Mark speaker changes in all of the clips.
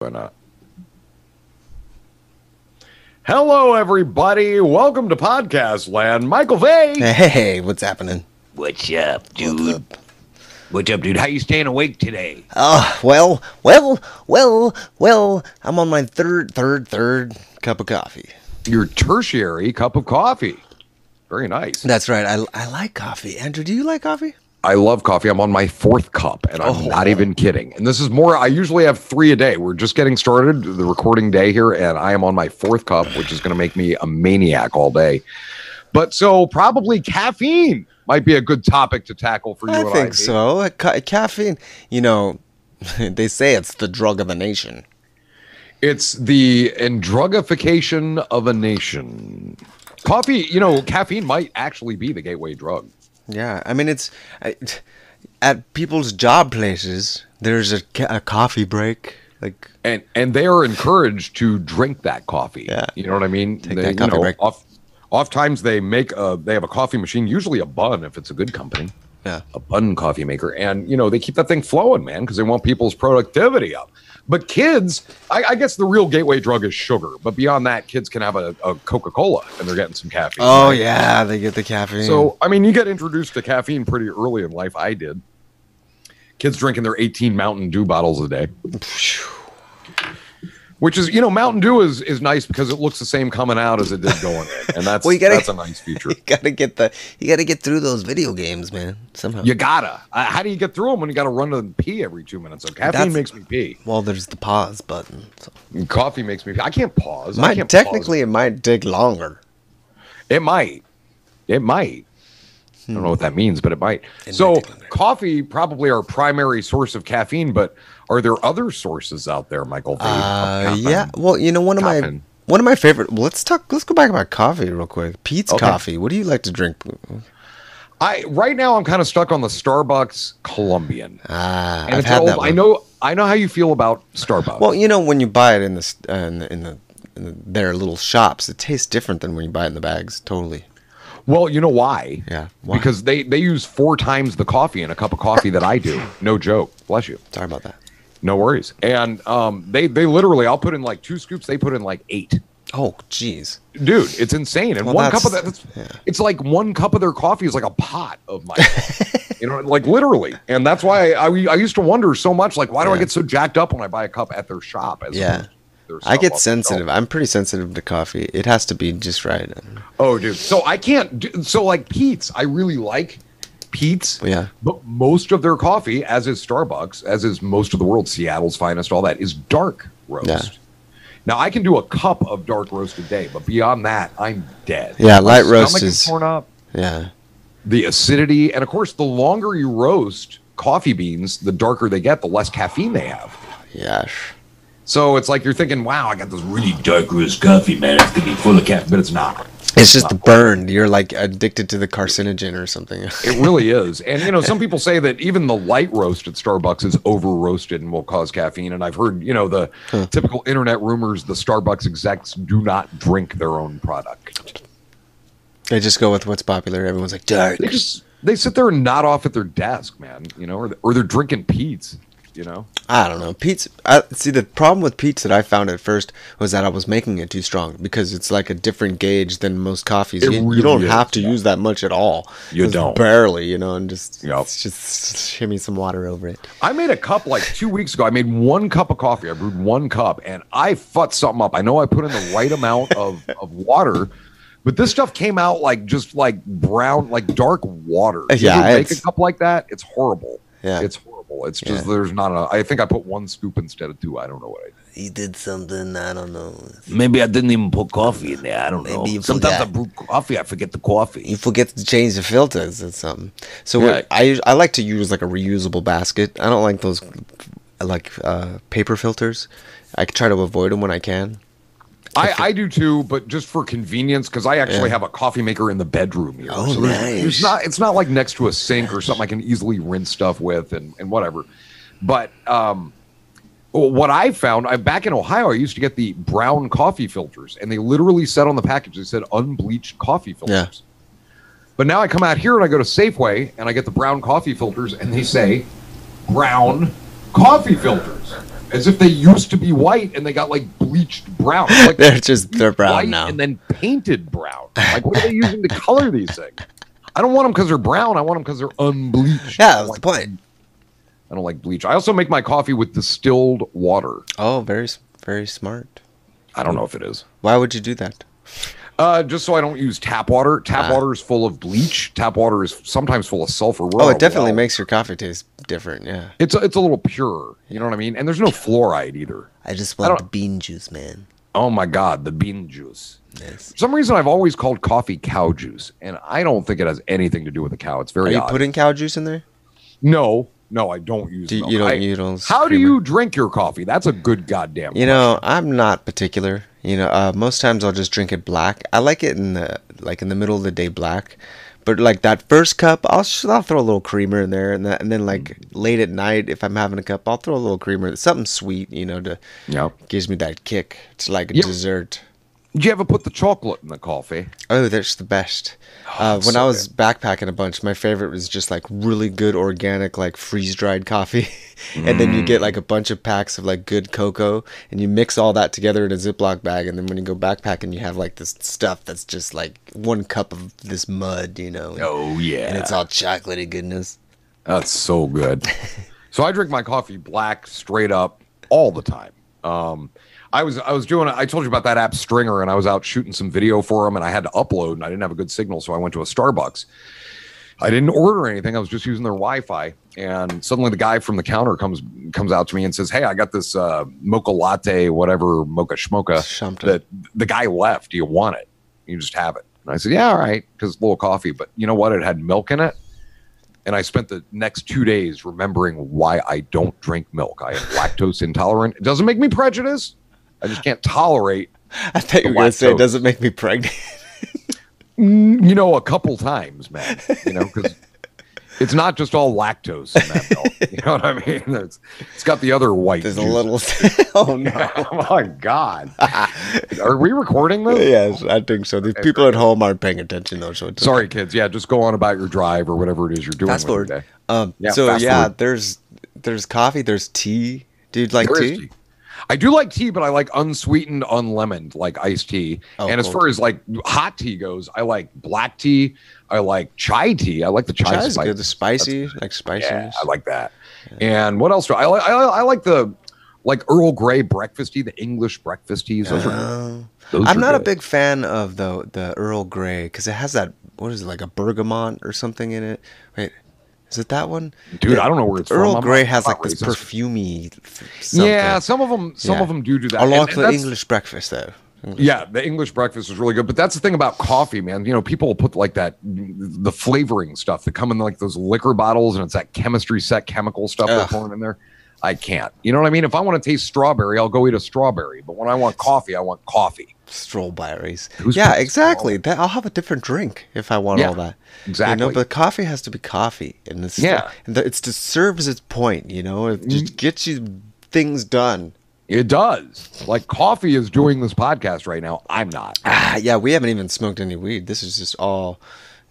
Speaker 1: not. Hello, everybody. Welcome to Podcast Land. Michael Vay.
Speaker 2: Hey, what's happening?
Speaker 3: What's up, dude?
Speaker 2: What's
Speaker 3: What's
Speaker 2: up?
Speaker 3: up? dude? How you staying awake today?
Speaker 2: Oh, well, well, well, well, I'm on my third, third, third cup of coffee.
Speaker 1: Your tertiary cup of coffee. Very nice.
Speaker 2: That's right. I, I like coffee. Andrew, do you like coffee?
Speaker 1: I love coffee. I'm on my fourth cup, and I'm
Speaker 2: Oh.
Speaker 1: not even kidding. And this is more, I usually have three a day. We're just getting started, the recording day here, and I am on my fourth cup, which is going to make me a maniac all day. But so, probably caffeine might be a good topic to tackle for you.
Speaker 2: I
Speaker 1: and
Speaker 2: think
Speaker 1: Ivy.
Speaker 2: so. Ca- caffeine, you know, they say it's the drug of the nation.
Speaker 1: It's the andrugification of a nation. Coffee, you know, caffeine might actually be the gateway drug.
Speaker 2: Yeah, I mean, it's I, at people's job places, there's a, ca- a coffee break. Like,
Speaker 1: and and they are encouraged to drink that coffee.
Speaker 2: Yeah.
Speaker 1: You know what I mean?
Speaker 2: Take
Speaker 1: they,
Speaker 2: that
Speaker 1: you
Speaker 2: coffee
Speaker 1: know,
Speaker 2: break.
Speaker 1: Off, oftentimes they make a they have a coffee machine, usually a bun if it's a good company,
Speaker 2: yeah.
Speaker 1: a bun coffee maker, and you know they keep that thing flowing, man, because they want people's productivity up. But kids, I, I guess the real gateway drug is sugar. But beyond that, kids can have a, a Coca Cola and they're getting some caffeine.
Speaker 2: Oh,
Speaker 1: right?
Speaker 2: yeah, they get the caffeine.
Speaker 1: So I mean, you get introduced to caffeine pretty early in life. I did. Kids drinking their 18 Mountain Dew bottles a day. Which is, you know, Mountain Dew is is nice because it looks the same coming out as it did going in, and that's
Speaker 2: Well, you gotta-
Speaker 1: that's a nice feature.
Speaker 2: you gotta get the, you gotta get through those video games, man, somehow.
Speaker 1: You gotta. Uh, how do you get through them when you got to run to the pee every two minutes? So caffeine
Speaker 2: That's-
Speaker 1: makes me pee.
Speaker 2: Well, there's the pause button. So.
Speaker 1: and Coffee makes me pee. I can't pause. I
Speaker 2: Might
Speaker 1: can't
Speaker 2: technically it might take longer.
Speaker 1: pause. it might, it might. I don't know what that means, but it might.
Speaker 2: It
Speaker 1: so,
Speaker 2: might take longer.
Speaker 1: coffee probably our primary source of caffeine, but are there other sources out there, Michael? Vade, of
Speaker 2: Uh,
Speaker 1: caffeine?
Speaker 2: yeah. Well, you know one of my
Speaker 1: Coffin.
Speaker 2: one of my favorite. Well, let's talk. Let's go back about coffee real quick. Pete's
Speaker 1: Okay.
Speaker 2: coffee. What do you like to drink?
Speaker 1: I right now I'm kind of stuck on the Starbucks Colombian.
Speaker 2: Ah,
Speaker 1: And
Speaker 2: I've
Speaker 1: it's
Speaker 2: had
Speaker 1: old-
Speaker 2: that. One.
Speaker 1: I know. I know how you feel about Starbucks.
Speaker 2: Well, you know when you buy it in this uh, in the, in the in the- their little shops, it tastes different than when you buy it in the bags. Totally.
Speaker 1: Well, you know why?
Speaker 2: Yeah, why?
Speaker 1: Because they they use four times the coffee in a cup of coffee that I do. No joke. Bless you.
Speaker 2: Sorry about that.
Speaker 1: No worries. And um, they they literally, I'll put in like two scoops. They put in like eight.
Speaker 2: Oh, jeez.
Speaker 1: Dude, it's insane. And
Speaker 2: Well,
Speaker 1: one cup of that,
Speaker 2: that's-
Speaker 1: that's,
Speaker 2: yeah.
Speaker 1: it's like one cup of their coffee is like a pot of my, you know, like literally. And that's why I, I, I used to wonder so much, like, why do I
Speaker 2: Yeah.
Speaker 1: get so jacked up when I buy a cup at their shop? As
Speaker 2: Yeah.
Speaker 1: opposed to their
Speaker 2: I
Speaker 1: stuff
Speaker 2: get
Speaker 1: off the shelf?
Speaker 2: sensitive. I'm pretty sensitive to coffee. It has to be just right.
Speaker 1: Oh, dude. So I can't. Do, so like Pete's, I really like Pete's.
Speaker 2: Yeah.
Speaker 1: But most of their coffee, as is Starbucks, as is most of the world, Seattle's finest, all that is dark roast.
Speaker 2: Yeah.
Speaker 1: Now I can do a cup of dark roast a day, but beyond that, I'm dead.
Speaker 2: Yeah,
Speaker 1: My
Speaker 2: light roast
Speaker 1: stomach
Speaker 2: is-
Speaker 1: torn up.
Speaker 2: Yeah.
Speaker 1: The acidity, and of course, the longer you roast coffee beans, the darker they get, the less caffeine they have.
Speaker 2: Yes.
Speaker 1: So it's like you're thinking, "Wow, I got this really dark roast coffee, man. It's gonna be full of caffeine," but it's not.
Speaker 2: It's just the burn. You're like addicted to the carcinogen or something.
Speaker 1: It really is. And you know, some people say that even the light roast at Starbucks is over roasted and will cause caffeine. And I've heard, you know, the typical internet rumors the Starbucks execs do not drink their own product.
Speaker 2: They just go with what's popular. Everyone's like dark.
Speaker 1: They just they sit there and nod off at their desk, man, you know, or, or they're drinking Pete's, you know.
Speaker 2: I don't know. Pete's. I, see, the problem with Pete's that I found at first was that I was making it too strong because it's like a different gauge than most coffees.
Speaker 1: It
Speaker 2: You, you
Speaker 1: really
Speaker 2: don't
Speaker 1: is,
Speaker 2: have to
Speaker 1: yeah.
Speaker 2: use that much at all.
Speaker 1: You
Speaker 2: Just
Speaker 1: don't.
Speaker 2: Barely, you know, and just
Speaker 1: Yep.
Speaker 2: it's just shimmy some water over it.
Speaker 1: I made a cup like two weeks ago. I made one cup of coffee. I brewed one cup and I fucked something up. I know I put in the right amount of, of water, but this stuff came out like just like brown, like dark water. You
Speaker 2: Uh, Yeah,
Speaker 1: ever make a
Speaker 2: it's-
Speaker 1: cup like that, it's horrible.
Speaker 2: Yeah.
Speaker 1: It's horrible. It's just
Speaker 2: Yeah.
Speaker 1: there's not enough. I think I put one scoop instead of two. I don't know what I did.
Speaker 2: He did something. I don't know.
Speaker 3: Maybe I didn't even put coffee in there. I don't know.
Speaker 2: Maybe you
Speaker 3: Sometimes I
Speaker 2: forgot.
Speaker 3: brew coffee, I forget the coffee.
Speaker 2: You forget to change the filters or something. So
Speaker 1: Yeah.
Speaker 2: what, I I like to use like a reusable basket. I don't like those like uh, paper filters. I try to avoid them when I can.
Speaker 1: I, I do too, but just for convenience, because I actually
Speaker 2: Yeah.
Speaker 1: have a coffee maker in the bedroom here.
Speaker 2: Oh,
Speaker 1: there's- there's
Speaker 2: nice.
Speaker 1: not, it's not like next to a sink or something I can easily rinse stuff with and, and whatever. But um, what I found, I back in Ohio, I used to get the brown coffee filters, and they literally said on the package, they said unbleached coffee filters. But now I come out here and I go to Safeway and I get the brown coffee filters, and they say brown coffee filters. as if they used to be white and they got like bleached brown. Like
Speaker 2: They're just- they're
Speaker 1: bleached
Speaker 2: brown
Speaker 1: white
Speaker 2: now.
Speaker 1: and then painted brown. Like what are they using to color these things? I don't want them because they're brown. I want them because they're unbleached.
Speaker 2: Yeah,
Speaker 1: I
Speaker 2: that's
Speaker 1: like-
Speaker 2: the point.
Speaker 1: I don't like bleach. I also make my coffee with distilled water.
Speaker 2: Oh, very s- very smart.
Speaker 1: I don't know if it is.
Speaker 2: Why would you do that?
Speaker 1: Uh, just so I don't use tap water. Tap
Speaker 2: Ah.
Speaker 1: water is full of bleach. Tap water is sometimes full of sulfur. We're
Speaker 2: Oh,
Speaker 1: on
Speaker 2: it
Speaker 1: a
Speaker 2: definitely
Speaker 1: well.
Speaker 2: makes your coffee taste different. Yeah,
Speaker 1: It's a, it's a little purer. You know what I mean? And there's no fluoride either.
Speaker 2: I just
Speaker 1: want
Speaker 2: want
Speaker 1: the
Speaker 2: the bean juice, man.
Speaker 1: Oh my god, the bean juice.
Speaker 2: Yes.
Speaker 1: For some reason, I've always called coffee cow juice, and I don't think it has anything to do with the cow. It's
Speaker 2: Are
Speaker 1: very
Speaker 2: you
Speaker 1: odd.
Speaker 2: putting cow juice in there?
Speaker 1: no, no, I don't use.
Speaker 2: Do you-
Speaker 1: milk.
Speaker 2: you don't-
Speaker 1: I-
Speaker 2: you don't
Speaker 1: How do
Speaker 2: creamer?
Speaker 1: you drink your coffee? That's a good goddamn.
Speaker 2: You know, I'm not particular. You know, uh, most times I'll just drink it black. I like it in the like in the middle of the day black, but like that first cup, I'll sh- I'll throw a little creamer in there, and that, and then like late at night, if I'm having a cup, I'll throw a little creamer, something sweet, you know, to
Speaker 1: Yeah.
Speaker 2: gives me that kick. It's like a
Speaker 1: Yep.
Speaker 2: dessert.
Speaker 1: Did you ever put the chocolate in the coffee?
Speaker 2: Oh, that's the best.
Speaker 1: Oh,
Speaker 2: Uh, when I was backpacking a bunch, my favorite was just like really good organic, like freeze dried coffee. and then you get like a bunch of packs of like good cocoa and you mix all that together in a Ziploc bag. And then when you go backpacking, you have like this stuff that's just like one cup of this mud, you know? and-
Speaker 1: Oh yeah.
Speaker 2: And it's all chocolatey goodness.
Speaker 1: That's so good. so I drink my coffee black straight up all the time. Um, I was I was doing I told you about that app Stringer, and I was out shooting some video for him, and I had to upload, and I didn't have a good signal, so I went to a Starbucks. I didn't order anything. I was just using their Wi-Fi, and suddenly the guy from the counter comes comes out to me and says, "Hey, I got this uh, mocha latte, whatever mocha schmocha.
Speaker 2: Something.
Speaker 1: Uh, That the guy left. Do you want it? You just have it." And I said, "Yeah, all right," because it's a little coffee, but you know what? It had milk in it, and I spent the next two days remembering why I don't drink milk. I am lactose intolerant. It doesn't make me prejudiced. I just can't tolerate
Speaker 2: I thought you were going to say
Speaker 1: lactose.
Speaker 2: it doesn't make me pregnant.
Speaker 1: Mm, you know, a couple times, man. You know, because it's not just all lactose in that milk. You know what I mean? There's, it's got the other white.
Speaker 2: There's a
Speaker 1: juice.
Speaker 2: little. oh, no.
Speaker 1: oh my god! Are we recording this?
Speaker 2: yes, I think so. The people at home aren't paying attention though, so it doesn't
Speaker 1: Sorry, kids. Yeah, just go on about your drive or whatever it is you're doing.
Speaker 2: fast
Speaker 1: with your
Speaker 2: forward.
Speaker 1: day.
Speaker 2: Um,
Speaker 1: Yeah,
Speaker 2: so
Speaker 1: fast
Speaker 2: yeah,
Speaker 1: forward.
Speaker 2: there's there's coffee, there's tea. Dude, like
Speaker 1: There is
Speaker 2: tea?
Speaker 1: tea. I do like tea, but I like unsweetened, unlemoned, like iced tea.
Speaker 2: Oh,
Speaker 1: and as
Speaker 2: cool.
Speaker 1: far as like hot tea goes, I like black tea. I like chai tea. I like the chai,
Speaker 2: Chai is
Speaker 1: spice.
Speaker 2: good. The spicy, like spicy.
Speaker 1: Yeah, I like that. And what else do I like? I, I like the like Earl Grey breakfast tea, the English breakfast teas. Those are, those
Speaker 2: I'm
Speaker 1: are
Speaker 2: not a
Speaker 1: good.
Speaker 2: big fan of the the Earl Grey because it has that what is it like a bergamot or something in it? Wait, is it that one?
Speaker 1: dude.
Speaker 2: Yeah,
Speaker 1: I don't know where it's
Speaker 2: Earl
Speaker 1: from. I'm
Speaker 2: Grey
Speaker 1: not-
Speaker 2: has
Speaker 1: I'm
Speaker 2: like
Speaker 1: not
Speaker 2: this
Speaker 1: racist.
Speaker 2: perfumey. th- Something.
Speaker 1: Yeah, some of them, some
Speaker 2: Yeah.
Speaker 1: of them do do that.
Speaker 2: I
Speaker 1: And-
Speaker 2: like
Speaker 1: and
Speaker 2: the
Speaker 1: that's-
Speaker 2: English breakfast though.
Speaker 1: Yeah, the English breakfast is really good, but that's the thing about coffee, man. You know, people will put like that the flavoring stuff that come in like those liquor bottles, and it's that chemistry set chemical stuff they're
Speaker 2: Ugh.
Speaker 1: pouring in there. I can't. You know what I mean? If I want to taste strawberry, I'll go eat a strawberry. But when I want coffee, I want coffee.
Speaker 2: Strawberries.
Speaker 1: Who's
Speaker 2: yeah,
Speaker 1: putting
Speaker 2: exactly. That, I'll have a different drink if I want
Speaker 1: Yeah,
Speaker 2: all that. You
Speaker 1: exactly.
Speaker 2: know, but coffee has to be coffee, and it's
Speaker 1: Yeah. Mm-hmm.
Speaker 2: and the- it's just serves its point. You know, it just gets you things done.
Speaker 1: It does. Like coffee is doing this podcast right now. I'm not.
Speaker 2: Ah, yeah, we haven't even smoked any weed. This is just all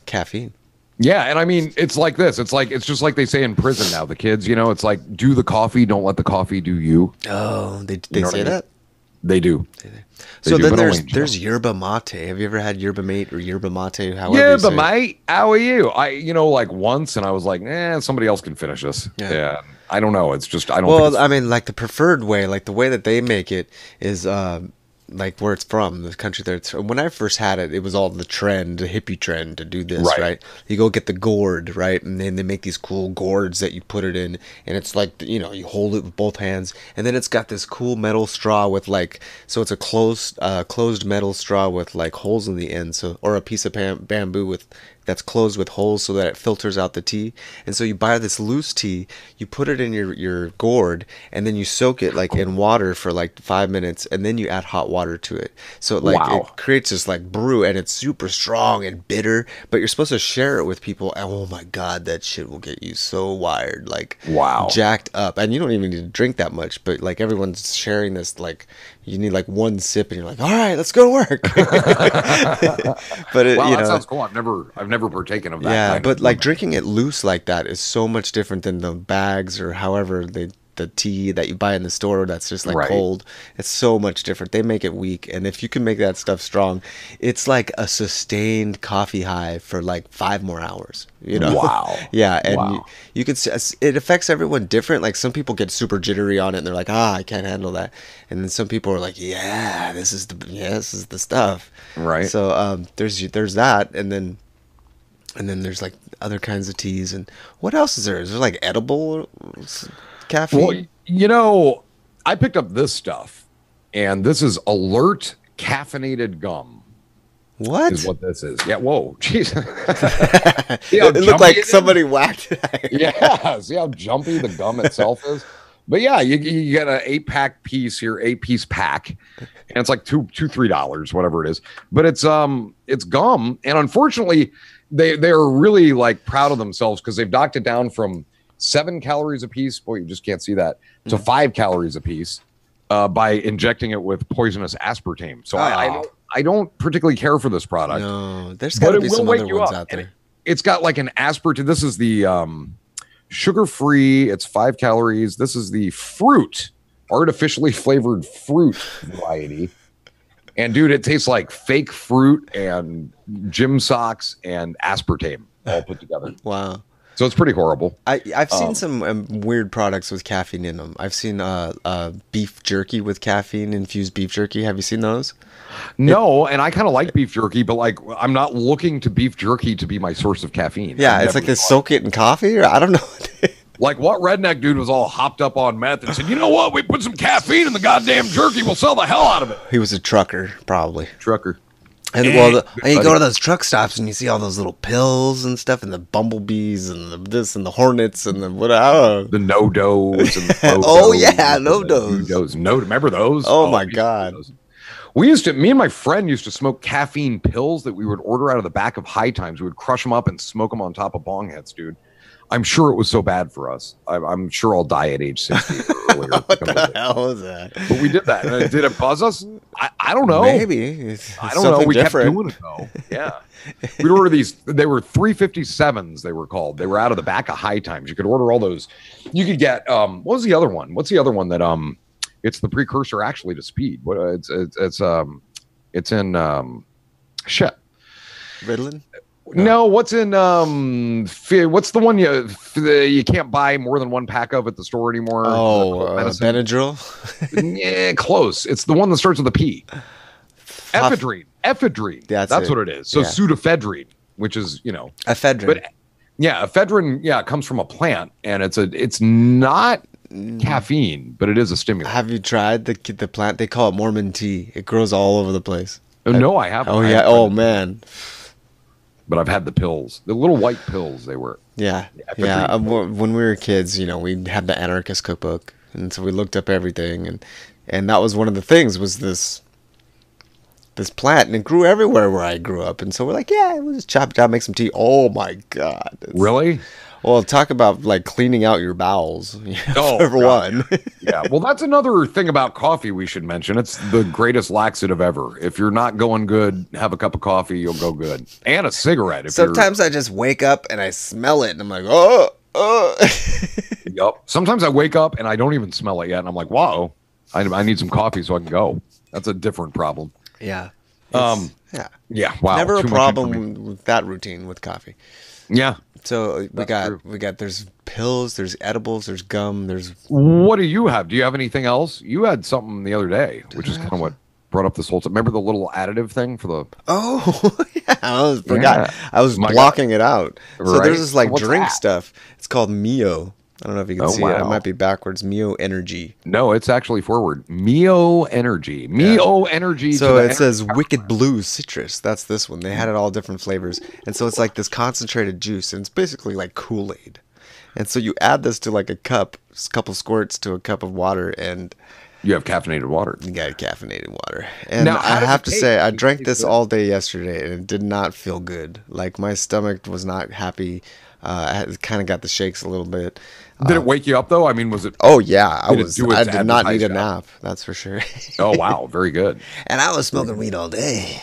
Speaker 2: caffeine.
Speaker 1: Yeah, and I mean, it's like this. It's like it's just like they say in prison now. The kids, you know, it's like do the coffee, don't let the coffee do you.
Speaker 2: Oh, they
Speaker 1: You
Speaker 2: they
Speaker 1: know what
Speaker 2: say
Speaker 1: I mean?
Speaker 2: that.
Speaker 1: They do. They
Speaker 2: so
Speaker 1: do,
Speaker 2: then
Speaker 1: but
Speaker 2: there's
Speaker 1: only in jail.
Speaker 2: there's yerba mate. Have you ever had yerba mate or yerba mate? However,
Speaker 1: yeah,
Speaker 2: you
Speaker 1: but
Speaker 2: say it?
Speaker 1: mate, how are you? I, you know, like once, and I was like, eh, somebody else can finish this. Yeah,
Speaker 2: Yeah.
Speaker 1: I don't know. It's just I don't. think
Speaker 2: Well,
Speaker 1: it's-
Speaker 2: I mean, like the preferred way, like the way that they make it is um, like where it's from, the country that it's from. When I first had it, it was all the trend, the hippie trend to do this,
Speaker 1: Right.
Speaker 2: right. You go get the gourd, right? And then they make these cool gourds that you put it in, and it's like, you know, you hold it with both hands, and then it's got this cool metal straw with like, so it's a closed, uh, closed metal straw with like holes in the end, so or a piece of bam- bamboo with that's closed with holes so that it filters out the tea. And so you buy this loose tea, you put it in your, your gourd, and then you soak it like in water for like five minutes, and then you add hot water to it. So like
Speaker 1: Wow.
Speaker 2: it creates this like brew, and it's super strong and bitter. But you're supposed to share it with people. And oh my god, that shit will get you so wired, like
Speaker 1: Wow.
Speaker 2: jacked up. And you don't even need to drink that much, but like everyone's sharing this. Like you need like one sip, and you're like, all right, let's go to work. but it,
Speaker 1: wow,
Speaker 2: you
Speaker 1: that
Speaker 2: know,
Speaker 1: sounds cool. I've never, I've never partaken of that.
Speaker 2: yeah,
Speaker 1: kind
Speaker 2: but
Speaker 1: of
Speaker 2: like
Speaker 1: movement.
Speaker 2: drinking it loose like that is so much different than the bags or however they the tea that you buy in the store that's just like
Speaker 1: Right.
Speaker 2: cold. It's so much different. They make it weak, and if you can make that stuff strong, it's like a sustained coffee high for like five more hours. You know?
Speaker 1: Wow.
Speaker 2: yeah, and
Speaker 1: Wow.
Speaker 2: you, you could s- it affects everyone different. Like some people get super jittery on it, and they're like, ah, I can't handle that. And then some people are like, yeah, this is the yeah, this is the stuff.
Speaker 1: Right.
Speaker 2: So um, there's there's that, and then and then there's like other kinds of teas and what else is there is there like edible s- caffeine
Speaker 1: Well, you know, I picked up this stuff, and this is alert caffeinated gum.
Speaker 2: what,
Speaker 1: Is what this is. Yeah. Whoa. Jeez. See how
Speaker 2: it,
Speaker 1: jumpy
Speaker 2: looked like
Speaker 1: is?
Speaker 2: somebody whacked it
Speaker 1: yeah, see how jumpy the gum itself is. But yeah, you, you get an eight pack piece here, eight piece pack, and it's like two, two, three dollars, whatever it is. But it's um, it's gum, and unfortunately, they they are really like proud of themselves because they've knocked it down from seven calories a piece. Boy, you just can't see that to five calories a piece uh, by injecting it with poisonous aspartame. So I I,
Speaker 2: Ah.
Speaker 1: don't, I don't particularly care for this product
Speaker 2: no there's
Speaker 1: but
Speaker 2: gotta
Speaker 1: it
Speaker 2: be
Speaker 1: will
Speaker 2: some
Speaker 1: wake
Speaker 2: other
Speaker 1: you
Speaker 2: ones
Speaker 1: up.
Speaker 2: out
Speaker 1: And
Speaker 2: there
Speaker 1: it- It's got like an aspartame. This is the um, sugar free. It's five calories. This is the fruit, artificially flavored fruit variety. And dude, it tastes like fake fruit and gym socks and aspartame all put together.
Speaker 2: wow
Speaker 1: So it's pretty horrible.
Speaker 2: I, I've seen
Speaker 1: Um,
Speaker 2: some um, weird products with caffeine in them. I've seen uh, uh, beef jerky with caffeine infused beef jerky. Have you seen those?
Speaker 1: No, and I kind of like beef jerky, but like I'm not looking to beef jerky to be my source of caffeine.
Speaker 2: Yeah,
Speaker 1: I've
Speaker 2: it's like
Speaker 1: never
Speaker 2: they soak it in coffee, or I don't know.
Speaker 1: Like what redneck dude was all hopped up on meth and said, "You know what? We put some caffeine in the goddamn jerky. We'll sell the hell out of it."
Speaker 2: he was a trucker, probably.
Speaker 1: Trucker.
Speaker 2: And well, the, and you go to those truck stops and you see all those little pills and stuff, and the bumblebees and the this and the hornets and the what? I don't know.
Speaker 1: The no dos and the
Speaker 2: Oh,
Speaker 1: Fo-Dos
Speaker 2: yeah,
Speaker 1: and
Speaker 2: no
Speaker 1: the
Speaker 2: dos.
Speaker 1: Dos. No, remember those?
Speaker 2: Oh, my
Speaker 1: we used to
Speaker 2: God.
Speaker 1: do those. We used to. Me and my friend used to smoke caffeine pills that we would order out of the back of High Times. We would crush them up and smoke them on top of bong hits, dude. I'm sure it was so bad for us. I, I'm sure I'll die at age 60 or earlier.
Speaker 2: What the hell is that?
Speaker 1: But we did that. And did it buzz us? I, I don't know.
Speaker 2: Maybe it's,
Speaker 1: I
Speaker 2: it's
Speaker 1: don't know.
Speaker 2: something
Speaker 1: We
Speaker 2: different.
Speaker 1: kept doing it though. Yeah, we'd order these. They were three fifty sevens. They were called. They were out of the back of High Times. You could order all those. You could get. Um, what was the other one? What's the other one that um, it's the precursor actually to speed. What uh, it's it's, it's um, it's in um, shit.
Speaker 2: Ritalin?
Speaker 1: uh, No, what's in um? fi- What's the one you f- you can't buy more than one pack of at the store anymore?
Speaker 2: Oh,
Speaker 1: Cold
Speaker 2: uh,
Speaker 1: medicine?
Speaker 2: Benadryl.
Speaker 1: yeah, close. It's the one that starts with a P. Ephedrine. Ephedrine.
Speaker 2: That's it.
Speaker 1: what it is. So
Speaker 2: Yeah.
Speaker 1: pseudoephedrine, which is you know,
Speaker 2: Ephedrine.
Speaker 1: but yeah, ephedrine. Yeah, it comes from a plant, and it's a it's not
Speaker 2: Mm.
Speaker 1: caffeine, but it is a stimulant.
Speaker 2: Have you tried the the plant? They call it Mormon tea. It grows all over the place.
Speaker 1: no, I haven't.
Speaker 2: Oh
Speaker 1: I
Speaker 2: yeah.
Speaker 1: haven't tried
Speaker 2: Oh
Speaker 1: it,
Speaker 2: man.
Speaker 1: but I've had the pills, the little white pills. They were.
Speaker 2: Yeah.
Speaker 1: Ephedrine.
Speaker 2: Yeah. um, wh- when we were kids, you know, we had the anarchist cookbook, and so we looked up everything, and and that was one of the things was this this plant, and it grew everywhere where I grew up, and so we're like, yeah, we'll just chop it down, make some tea. Oh my god. It's-
Speaker 1: Really?
Speaker 2: Well, talk about like cleaning out your bowels.
Speaker 1: Oh,
Speaker 2: for
Speaker 1: God.
Speaker 2: one.
Speaker 1: Yeah. Well, that's another thing about coffee we should mention. It's the greatest laxative ever. If you're not going good, have a cup of coffee, you'll go good, and a cigarette. If you're,
Speaker 2: Sometimes I just wake up and I smell it, and I'm like, oh, oh.
Speaker 1: Yep. Sometimes I wake up and I don't even smell it yet, and I'm like, "Wow, I, I need some coffee so I can go." That's a different problem.
Speaker 2: Yeah.
Speaker 1: Um,
Speaker 2: It's- yeah.
Speaker 1: Yeah. Wow.
Speaker 2: Never a
Speaker 1: too much information.
Speaker 2: problem with that routine with coffee.
Speaker 1: Yeah.
Speaker 2: So uh, we
Speaker 1: That's
Speaker 2: got
Speaker 1: true.
Speaker 2: we got there's pills, there's edibles, there's gum, there's
Speaker 1: What do you have? Do you have anything else? You had something the other day, which is kind of what brought up this whole. T- Remember the little additive thing for the
Speaker 2: oh yeah, I was, forgot I was
Speaker 1: My God.
Speaker 2: blocking it out. So
Speaker 1: Right?
Speaker 2: there's this like
Speaker 1: What's
Speaker 2: drink
Speaker 1: that?
Speaker 2: stuff. It's called Mio. I don't know if you can
Speaker 1: Oh,
Speaker 2: see it. It
Speaker 1: wow.
Speaker 2: might be backwards. Mio Energy.
Speaker 1: No, it's actually forward. Mio energy. Mio energy.
Speaker 2: So
Speaker 1: to
Speaker 2: it
Speaker 1: the
Speaker 2: says Wicked Blue Citrus. That's this one. They had it all different flavors, and so it's like this concentrated juice, and it's basically like Kool Aid. And so you add this to like a cup, a couple squirts to a cup of water, and
Speaker 1: energy. you have caffeinated water.
Speaker 2: You got caffeinated water. And
Speaker 1: Now, how
Speaker 2: I
Speaker 1: does
Speaker 2: have
Speaker 1: it
Speaker 2: to
Speaker 1: taste?
Speaker 2: say, I
Speaker 1: Does it
Speaker 2: drank
Speaker 1: taste
Speaker 2: this
Speaker 1: good?
Speaker 2: all day yesterday and it did not feel good. Like, my stomach was not happy. Uh, I kind of got the shakes a little bit.
Speaker 1: Did it wake you up though? I mean, was it?
Speaker 2: Uh, Oh, yeah. I
Speaker 1: Did it
Speaker 2: was,
Speaker 1: do its
Speaker 2: I did not need a
Speaker 1: advertised
Speaker 2: nap, that's for sure.
Speaker 1: Oh wow, very good.
Speaker 2: and I was smoking weed all day.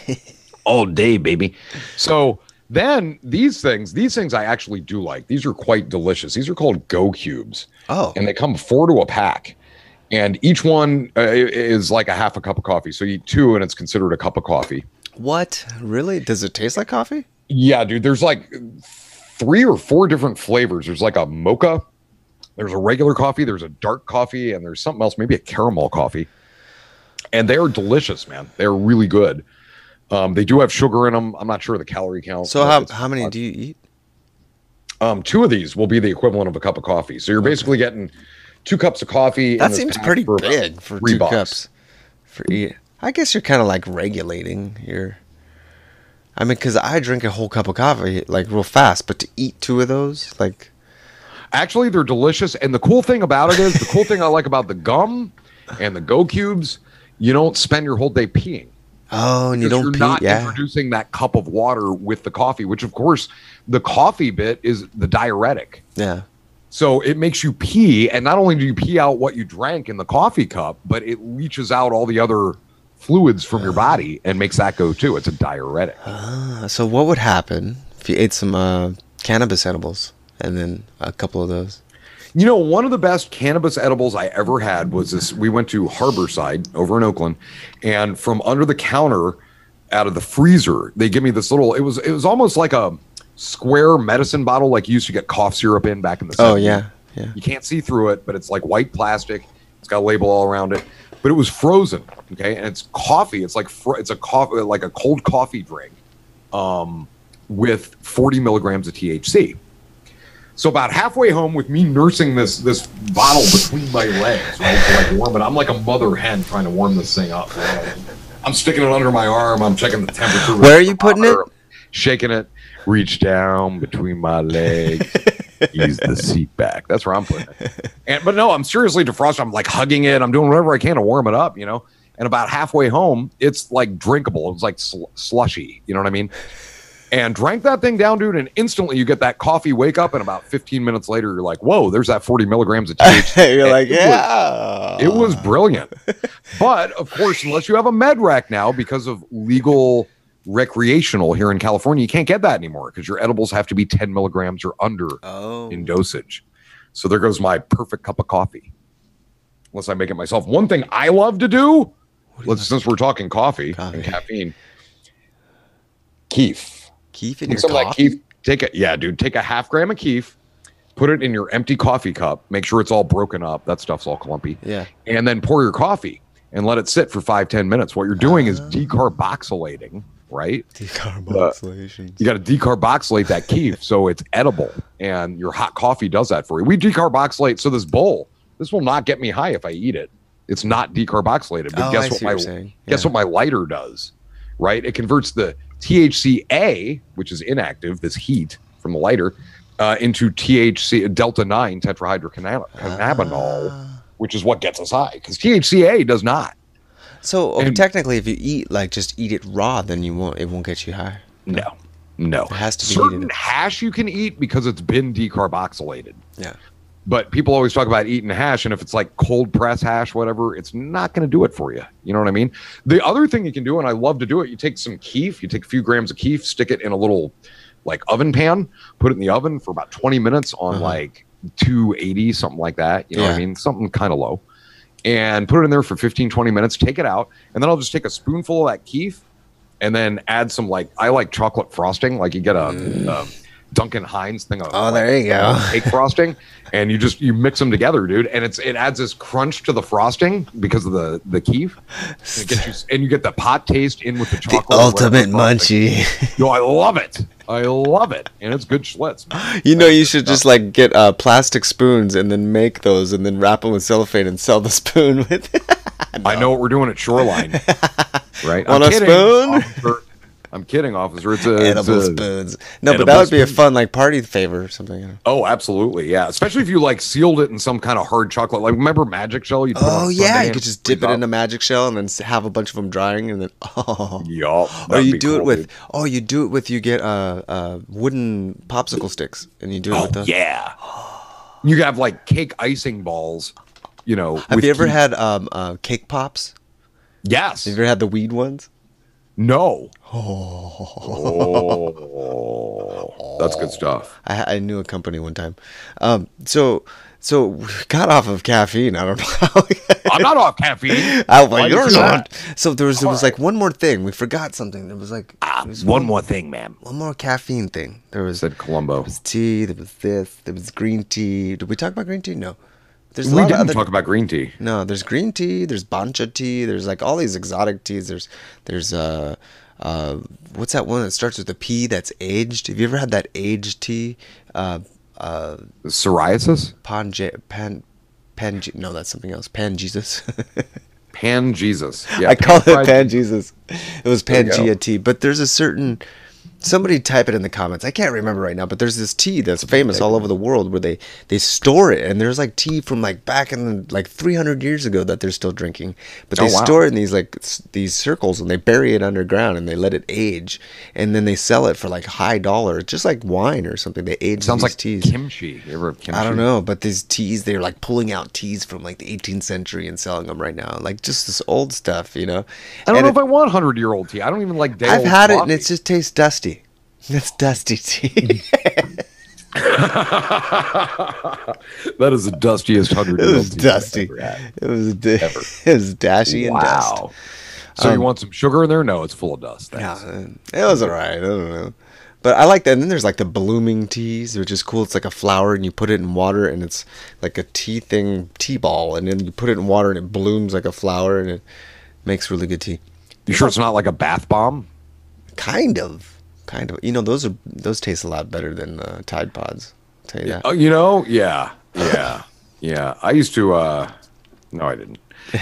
Speaker 3: all day, baby.
Speaker 1: So Then these things, these things I actually do like. These are quite delicious. These are called Go Cubes.
Speaker 2: Oh.
Speaker 1: And they come four to a pack. And each one uh, i- is like a half a cup of coffee. So you eat two and it's considered a cup of coffee.
Speaker 2: What? Really? Does it taste like coffee?
Speaker 1: Yeah, dude, there's like three or four different flavors. There's like a mocha, there's a regular coffee, there's a dark coffee, and there's something else, maybe a caramel coffee. And they are delicious, man. They're really good. Um, they do have sugar in them. I'm not sure of the calorie count.
Speaker 2: So
Speaker 1: but
Speaker 2: how
Speaker 1: it's-
Speaker 2: how many do you eat?
Speaker 1: um, two of these will be the equivalent of a cup of coffee. So you're basically getting two cups of coffee. in
Speaker 2: That
Speaker 1: this
Speaker 2: seems
Speaker 1: pack
Speaker 2: pretty
Speaker 1: for about
Speaker 2: big for
Speaker 1: three
Speaker 2: two
Speaker 1: bucks.
Speaker 2: cups. For eat. I guess you're kind of like regulating your. I mean, because I drink a whole cup of coffee like real fast, but to eat two of those, like
Speaker 1: Actually, they're delicious. And the cool thing about it is the cool thing I like about the gum and the Go Cubes, you don't spend your whole day peeing.
Speaker 2: oh, and you
Speaker 1: because
Speaker 2: don't
Speaker 1: you're
Speaker 2: pee,
Speaker 1: not
Speaker 2: yeah.
Speaker 1: introducing that cup of water with the coffee, which of course the coffee bit is the diuretic.
Speaker 2: Yeah.
Speaker 1: So it makes you pee, and not only do you pee out what you drank in the coffee cup, but it leaches out all the other fluids from your body and makes that go too. It's a diuretic.
Speaker 2: Uh, so what would happen if you ate some uh, cannabis edibles and then a couple of those?
Speaker 1: You know, one of the best cannabis edibles I ever had was this. We went to Harborside over in Oakland, and from under the counter, out of the freezer, they give me this little. It was it was almost like a square medicine bottle, like you used to get cough syrup in back in the.
Speaker 2: Oh
Speaker 1: 70s.
Speaker 2: yeah, yeah.
Speaker 1: You can't see through it, but it's like white plastic. It's got a label all around it, but it was frozen. Okay, and it's coffee. It's like fr- it's a coffee, like a cold coffee drink, um, with 40 milligrams of THC. So about halfway home, with me nursing this this bottle between my legs, right, to like warm it. I'm like a mother hen trying to warm this thing up. right? I'm sticking it under my arm. I'm checking the temperature. with
Speaker 2: Where
Speaker 1: the
Speaker 2: are you putting it?
Speaker 1: thermometer, Shaking it. Reach down between my legs. ease the seat back. That's where I'm putting it. And but no, I'm seriously defrosted. I'm like hugging it. I'm doing whatever I can to warm it up. You know. And about halfway home, it's like drinkable. It's like sl- slushy. You know what I mean? and drank that thing down, dude, and instantly you get that coffee wake up, and about 15 minutes later, you're like, whoa, there's that 40 milligrams of THC.
Speaker 2: You're like
Speaker 1: It was-
Speaker 2: yeah.
Speaker 1: it was brilliant. But of course, unless you have a med rack now because of legal recreational here in California, you can't get that anymore because your edibles have to be 10 milligrams or under
Speaker 2: oh
Speaker 1: in dosage. So there goes my perfect cup of coffee. Unless I make it myself. One thing I love to do, let's, since we're talking coffee,
Speaker 2: Coffee.
Speaker 1: and caffeine, Keef.
Speaker 2: Keef in
Speaker 1: Take
Speaker 2: your
Speaker 1: some of that
Speaker 2: coffee.
Speaker 1: keef. Take a yeah, dude. Take a half gram of keef, put it in your empty coffee cup. Make sure it's all broken up. That stuff's all clumpy.
Speaker 2: Yeah.
Speaker 1: And then pour your coffee and let it sit for five ten minutes. What you're doing is
Speaker 2: Ah.
Speaker 1: decarboxylating, right?
Speaker 2: Decarboxylation.
Speaker 1: You got to decarboxylate that keef so it's edible, and your hot coffee does that for you. We decarboxylate so this bowl. This will not get me high if I eat it. It's not decarboxylated. But
Speaker 2: Oh,
Speaker 1: guess
Speaker 2: I
Speaker 1: what
Speaker 2: see
Speaker 1: my
Speaker 2: what you're saying.
Speaker 1: guess
Speaker 2: Yeah.
Speaker 1: what my lighter does, right? It converts the THCA, which is inactive, this heat from the lighter, uh, into THC delta nine tetrahydrocannabinol,
Speaker 2: Ah.
Speaker 1: which is what gets us high because THCA does not.
Speaker 2: So okay,
Speaker 1: And-
Speaker 2: technically, if you eat like just eat it raw, then you won't. It won't get you high.
Speaker 1: No, no.
Speaker 2: It has to be
Speaker 1: certain
Speaker 2: eaten.
Speaker 1: hash you can eat because it's been decarboxylated.
Speaker 2: Yeah.
Speaker 1: but people always talk about eating hash and if it's like cold press hash whatever it's not going to do it for you you know what i mean the other thing you can do and i love to do it you take some keef you take a few grams of keef stick it in a little like oven pan put it in the oven for about 20 minutes on
Speaker 2: Uh-huh.
Speaker 1: like 280 something like that you know what i
Speaker 2: Yeah.
Speaker 1: mean something kind of low and put it in there for 15 20 minutes take it out and then i'll just take a spoonful of that keef and then add some like i like chocolate frosting like you get a,
Speaker 2: Mm.
Speaker 1: a duncan hines thing of
Speaker 2: Oh,
Speaker 1: like,
Speaker 2: there you go.
Speaker 1: cake frosting and you just you mix them together dude and it's it adds this crunch to the frosting because of the the keef and, it gets you, and you get the pot taste in with the
Speaker 2: The
Speaker 1: chocolate and whatever
Speaker 2: ultimate
Speaker 1: frosting.
Speaker 2: munchie.
Speaker 1: yo i love it i love it and it's good schlitz man.
Speaker 2: you know, you should just like get uh, plastic spoons and then make those and then wrap them with cellophane and sell the spoon with it.
Speaker 1: i know what we're doing at shoreline right
Speaker 2: Want a spoon?
Speaker 1: officer. i'm kidding officer it's a, it's
Speaker 2: edible
Speaker 1: a-
Speaker 2: spoons. No, but that
Speaker 1: edible
Speaker 2: would be a
Speaker 1: spoon.
Speaker 2: fun like party favor or something.
Speaker 1: oh absolutely yeah especially if you like sealed it in some kind of hard chocolate like remember magic shell you
Speaker 2: Oh yeah, you could just dip it in a magic shell and then s- have a bunch of them drying and then oh.
Speaker 1: yup
Speaker 2: Or
Speaker 1: that'd
Speaker 2: you
Speaker 1: be
Speaker 2: do it
Speaker 1: cool,
Speaker 2: with
Speaker 1: dude.
Speaker 2: oh you do it with you get uh uh wooden popsicle sticks and you do it
Speaker 3: Oh
Speaker 2: with those.
Speaker 3: yeah.
Speaker 1: You could have like cake icing balls, you know.
Speaker 2: Have
Speaker 1: with
Speaker 2: you ever
Speaker 1: keef.
Speaker 2: had um uh, cake pops?
Speaker 1: Yes.
Speaker 2: Have you ever had the weed ones?
Speaker 1: No. Oh. That's good stuff.
Speaker 2: I, I knew a company one time. Um, so so we got off of caffeine. I don't know. How
Speaker 1: I'm not off caffeine.
Speaker 2: I was like,
Speaker 1: Why
Speaker 2: you're
Speaker 1: you
Speaker 2: not. So there was there was like one more thing. We forgot something. There was like
Speaker 3: Ah, one more thing, ma'am.
Speaker 2: one more caffeine thing. There was
Speaker 1: Said Columbo.
Speaker 2: was tea. There was this. There was green tea. Did we talk about green tea? No. There's a
Speaker 1: We
Speaker 2: lot of
Speaker 1: didn't
Speaker 2: other.
Speaker 1: talk about green tea.
Speaker 2: no, there's green tea. There's bancha tea. There's like all these exotic teas. There's there's uh uh what's that one that starts with a P that's aged? Have you ever had that aged tea? Uh uh
Speaker 1: Psoriasis?
Speaker 2: panje pan pan no that's something else pan Jesus.
Speaker 1: Pan Jesus.
Speaker 2: I call it
Speaker 1: pan-fried-
Speaker 2: Pan Jesus. It was
Speaker 1: There you go.
Speaker 2: Pangea tea, but there's a certain somebody type it in the comments. I can't remember right now, but there's this tea that's famous all over the world where they they store it, and there's like tea from like back in the, like 300 years ago that they're still drinking, but they
Speaker 1: Oh, wow.
Speaker 2: store it in these like s- these circles and they bury it underground and they let it age, and then they sell it for like high dollar, just like wine or something. They age
Speaker 1: Sounds
Speaker 2: these
Speaker 1: like
Speaker 2: teas.
Speaker 1: kimchi. You ever have kimchi?
Speaker 2: I don't know, but these teas, they're like pulling out teas from like the 18th century and selling them right now. Like just this old stuff, you know?
Speaker 1: I don't
Speaker 2: And
Speaker 1: know
Speaker 2: it-
Speaker 1: if I want hundred year old tea. I don't even like day.
Speaker 2: I've had it and it just tastes dusty. It's dusty tea.
Speaker 1: that is the dustiest hundred
Speaker 2: it
Speaker 1: year old
Speaker 2: was
Speaker 1: tea.
Speaker 2: dusty. It was d- it was dashy and dust. Um,
Speaker 1: Wow. So you want some sugar in there? No, it's full of dust.
Speaker 2: Yeah,
Speaker 1: Thanks.
Speaker 2: it was alright. I don't know. But I like that. And then there's like the blooming teas, which is cool. It's like a flower and you put it in water and it's like a tea thing, tea ball. And then you put it in water and it blooms like a flower and it makes really good tea.
Speaker 1: You sure it's not like a bath bomb?
Speaker 2: Kind of, kind of. You know, those are those taste a lot better than uh, Tide Pods. I'll tell you that.
Speaker 1: Oh, you know, yeah, yeah, yeah. I used to. uh No, I didn't.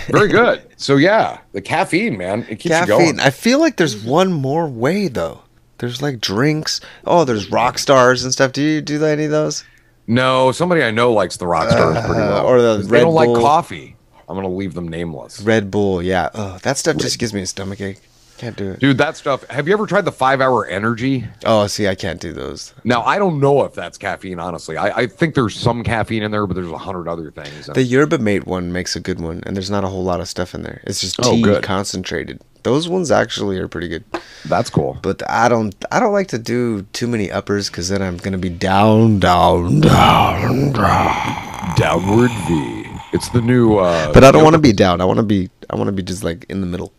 Speaker 1: Very good. So yeah, the caffeine, man, it keeps you
Speaker 2: Caffeine.
Speaker 1: going.
Speaker 2: I feel like there's
Speaker 1: Mm-hmm.
Speaker 2: one more way though. There's like drinks. Oh, there's rock stars and stuff. Do you do any of those?
Speaker 1: No, somebody I know likes the rock stars pretty well,
Speaker 2: or the
Speaker 1: 'cause
Speaker 2: Uh, Red
Speaker 1: they don't
Speaker 2: Bull.
Speaker 1: like coffee. I'm gonna leave them nameless,
Speaker 2: Red Bull. Yeah. Oh, that stuff just gives me a stomach ache. Can't do it.
Speaker 1: dude. That stuff. Have you ever tried the five hour energy?
Speaker 2: Oh, see, I can't do those.
Speaker 1: Now I don't know if that's caffeine. Honestly, I, I think there's some caffeine in there, but there's a hundred other things.
Speaker 2: The Yerba Mate one makes a good one, and there's not a whole lot of stuff in there. It's just
Speaker 1: Oh,
Speaker 2: tea
Speaker 1: good.
Speaker 2: concentrated. Those ones actually are pretty good.
Speaker 1: that's cool.
Speaker 2: But I don't, I don't like to do too many uppers because then I'm gonna be down, down, down, down.
Speaker 1: Downward V. It's the new. Uh,
Speaker 2: But I don't want to be down. I want to be. I want to be just like in the middle.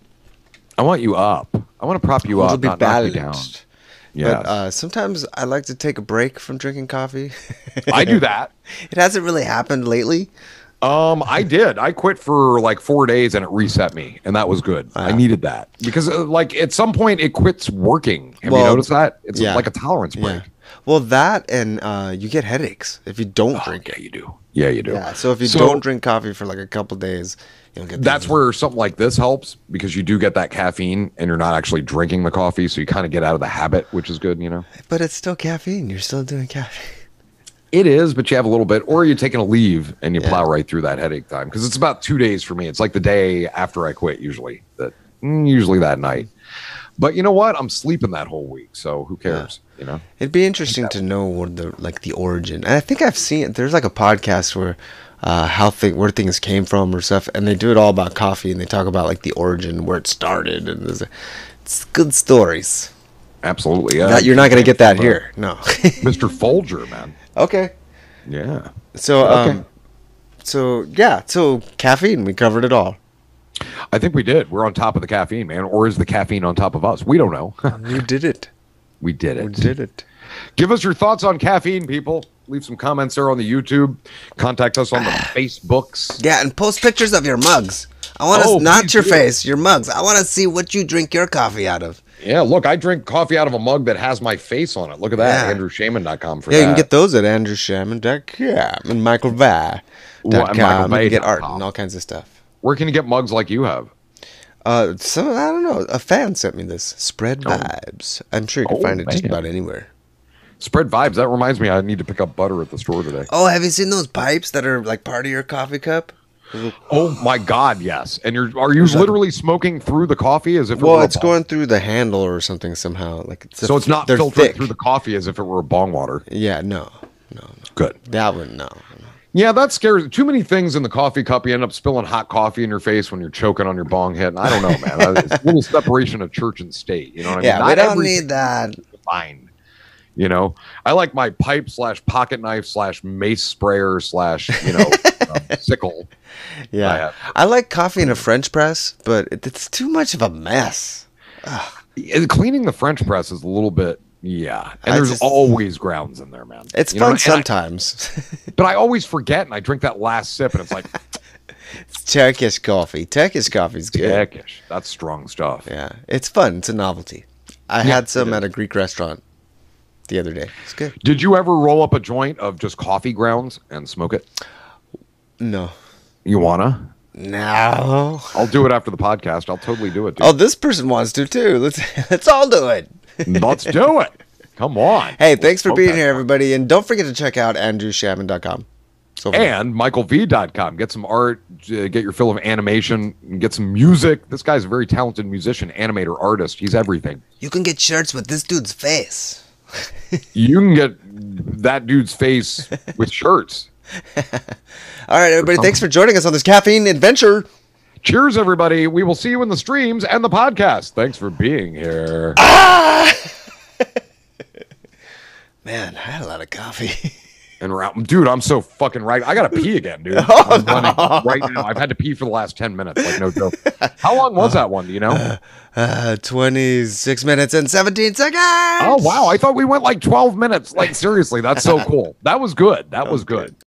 Speaker 1: I want you up. I want to prop you
Speaker 2: I want
Speaker 1: up,
Speaker 2: to be
Speaker 1: not knock you down.
Speaker 2: balanced.
Speaker 1: Yeah,
Speaker 2: But uh, sometimes I like to take a break from drinking coffee.
Speaker 1: I do that.
Speaker 2: it hasn't really happened lately.
Speaker 1: Um, I did. I quit for like four days, and it reset me, and that was good. I needed that because, uh, like, at some point, it quits working. Have
Speaker 2: Well,
Speaker 1: you noticed that? It's
Speaker 2: yeah.
Speaker 1: like a tolerance break.
Speaker 2: Yeah. Well, that and uh, you get headaches if you don't drink
Speaker 1: Ah, Yeah,
Speaker 2: it.
Speaker 1: you do. Yeah, you do.
Speaker 2: Oh, Yeah. So if you
Speaker 1: So-
Speaker 2: don't drink coffee for like a couple days, you'll get.
Speaker 1: that's
Speaker 2: these-
Speaker 1: where something like this helps because you do get that caffeine, and you're not actually drinking the coffee, so you kind of get out of the habit, which is good. You know,
Speaker 2: But it's still caffeine. You're still doing caffeine.
Speaker 1: it is, but you have a little bit, or you're taking a leave and you
Speaker 2: Yeah.
Speaker 1: plow right through that headache time because it's about two days for me. It's like the day after I quit, usually. That mm, usually that night. But you know what? I'm sleeping that whole week, so who cares? You know.
Speaker 2: It'd be interesting to know what the like the origin. And I think I've seen there's like a podcast where uh, how thing where things came from or stuff, and they do it all about coffee, and they talk about like the origin where it started, and there's, it's good stories.
Speaker 1: Absolutely. Yeah.
Speaker 2: That- you're not gonna get that here. No.
Speaker 1: Mr. Folger, man.
Speaker 2: okay.
Speaker 1: Yeah.
Speaker 2: So um,
Speaker 1: Okay.
Speaker 2: so yeah, so caffeine we covered it all.
Speaker 1: I think we did. We're on top of the caffeine, man. Or is the caffeine on top of us? We don't know.
Speaker 2: Um, You did it.
Speaker 1: we did it.
Speaker 2: We did it.
Speaker 1: Give us your thoughts on caffeine, people. Leave some comments there on the YouTube. Contact us on the Facebooks.
Speaker 2: Yeah, and post pictures of your mugs. I want to
Speaker 1: Oh,
Speaker 2: not
Speaker 1: please
Speaker 2: your
Speaker 1: do.
Speaker 2: face, your mugs. I want to see what you drink your coffee out of.
Speaker 1: Yeah, look, I drink coffee out of a mug that has my face on it. Look at that.
Speaker 2: Yeah.
Speaker 1: AndrewShaman.com for
Speaker 2: Yeah,
Speaker 1: that.
Speaker 2: you can get those at andrewshaman.com and michaelvai.com.
Speaker 1: Well, and
Speaker 2: you can get
Speaker 1: michaelvai.com.
Speaker 2: art and all kinds of stuff.
Speaker 1: Where can you get mugs like you have?
Speaker 2: Uh, so I don't know. A fan sent me this. Spread vibes. I'm sure you can
Speaker 1: Oh,
Speaker 2: find it just
Speaker 1: man.
Speaker 2: about anywhere.
Speaker 1: Spread vibes. That reminds me, I need to pick up butter at the store today.
Speaker 2: Oh, have you seen those pipes that are like part of your coffee cup?
Speaker 1: Oh my God, yes. And you're are you literally smoking through the coffee as if it
Speaker 2: Well,
Speaker 1: were a
Speaker 2: it's
Speaker 1: bong?
Speaker 2: going through the handle or something somehow. Like it's a-
Speaker 1: so it's not
Speaker 2: they're
Speaker 1: filtered
Speaker 2: thick.
Speaker 1: through the coffee as if it were a bong water.
Speaker 2: Yeah, no, no, no.
Speaker 1: Good.
Speaker 2: that one, no. no.
Speaker 1: Yeah, that scares. Too many things in the coffee cup. You end up spilling hot coffee in your face when you're choking on your bong hit. And I don't know, man. It's a little separation of church and state. You know what I mean?
Speaker 2: yeah, we don't
Speaker 1: everything-
Speaker 2: need that.
Speaker 1: fine. You know, I like my pipe slash pocket knife slash mace sprayer slash you know um, sickle. I
Speaker 2: Yeah,
Speaker 1: have.
Speaker 2: I like coffee in a French press, but it- it's too much of a mess.
Speaker 1: Yeah, Cleaning the French press is a little bit, yeah. And
Speaker 2: I
Speaker 1: there's
Speaker 2: just-
Speaker 1: always grounds in there, man.
Speaker 2: It's
Speaker 1: You know,
Speaker 2: fun
Speaker 1: and I-
Speaker 2: sometimes.
Speaker 1: but I always forget, and I drink that last sip, and it's like
Speaker 2: it's Turkish coffee. Turkish coffee's good.
Speaker 1: Turkish. That's strong stuff.
Speaker 2: Yeah, it's fun. It's a novelty. I
Speaker 1: Yeah,
Speaker 2: had some
Speaker 1: it
Speaker 2: at a Greek restaurant the other day. It's good.
Speaker 1: Did you ever roll up a joint of just coffee grounds and smoke it?
Speaker 2: No,
Speaker 1: You wanna?
Speaker 2: no.
Speaker 1: I'll do it after the podcast. I'll totally do it. Dude.
Speaker 2: Oh, this person wants to too. Let's let's all do it.
Speaker 1: Let's do it. Come on.
Speaker 2: Hey, thanks for
Speaker 1: Smoke
Speaker 2: being
Speaker 1: that
Speaker 2: here, everybody, and don't forget to check out andrewshaman.com. So
Speaker 1: and michaelv.com get some art uh, get your fill of animation get some music this guy's a very talented musician animator artist he's everything
Speaker 2: you can get shirts with this dude's face.
Speaker 1: you can get that dude's face with shirts
Speaker 2: All right, everybody, thanks for joining us on this caffeine adventure.
Speaker 1: cheers everybody we will see you in the streams and the podcast thanks for being here
Speaker 2: Man, I had a lot of coffee.
Speaker 1: and round dude i'm so fucking right i gotta pee again dude i'm running right now i've had to pee for the last 10 minutes like no joke how long was that one do you know
Speaker 2: Uh, 26 minutes and 17 seconds.
Speaker 1: oh wow i thought we went like 12 minutes like seriously that's so cool that was good that was good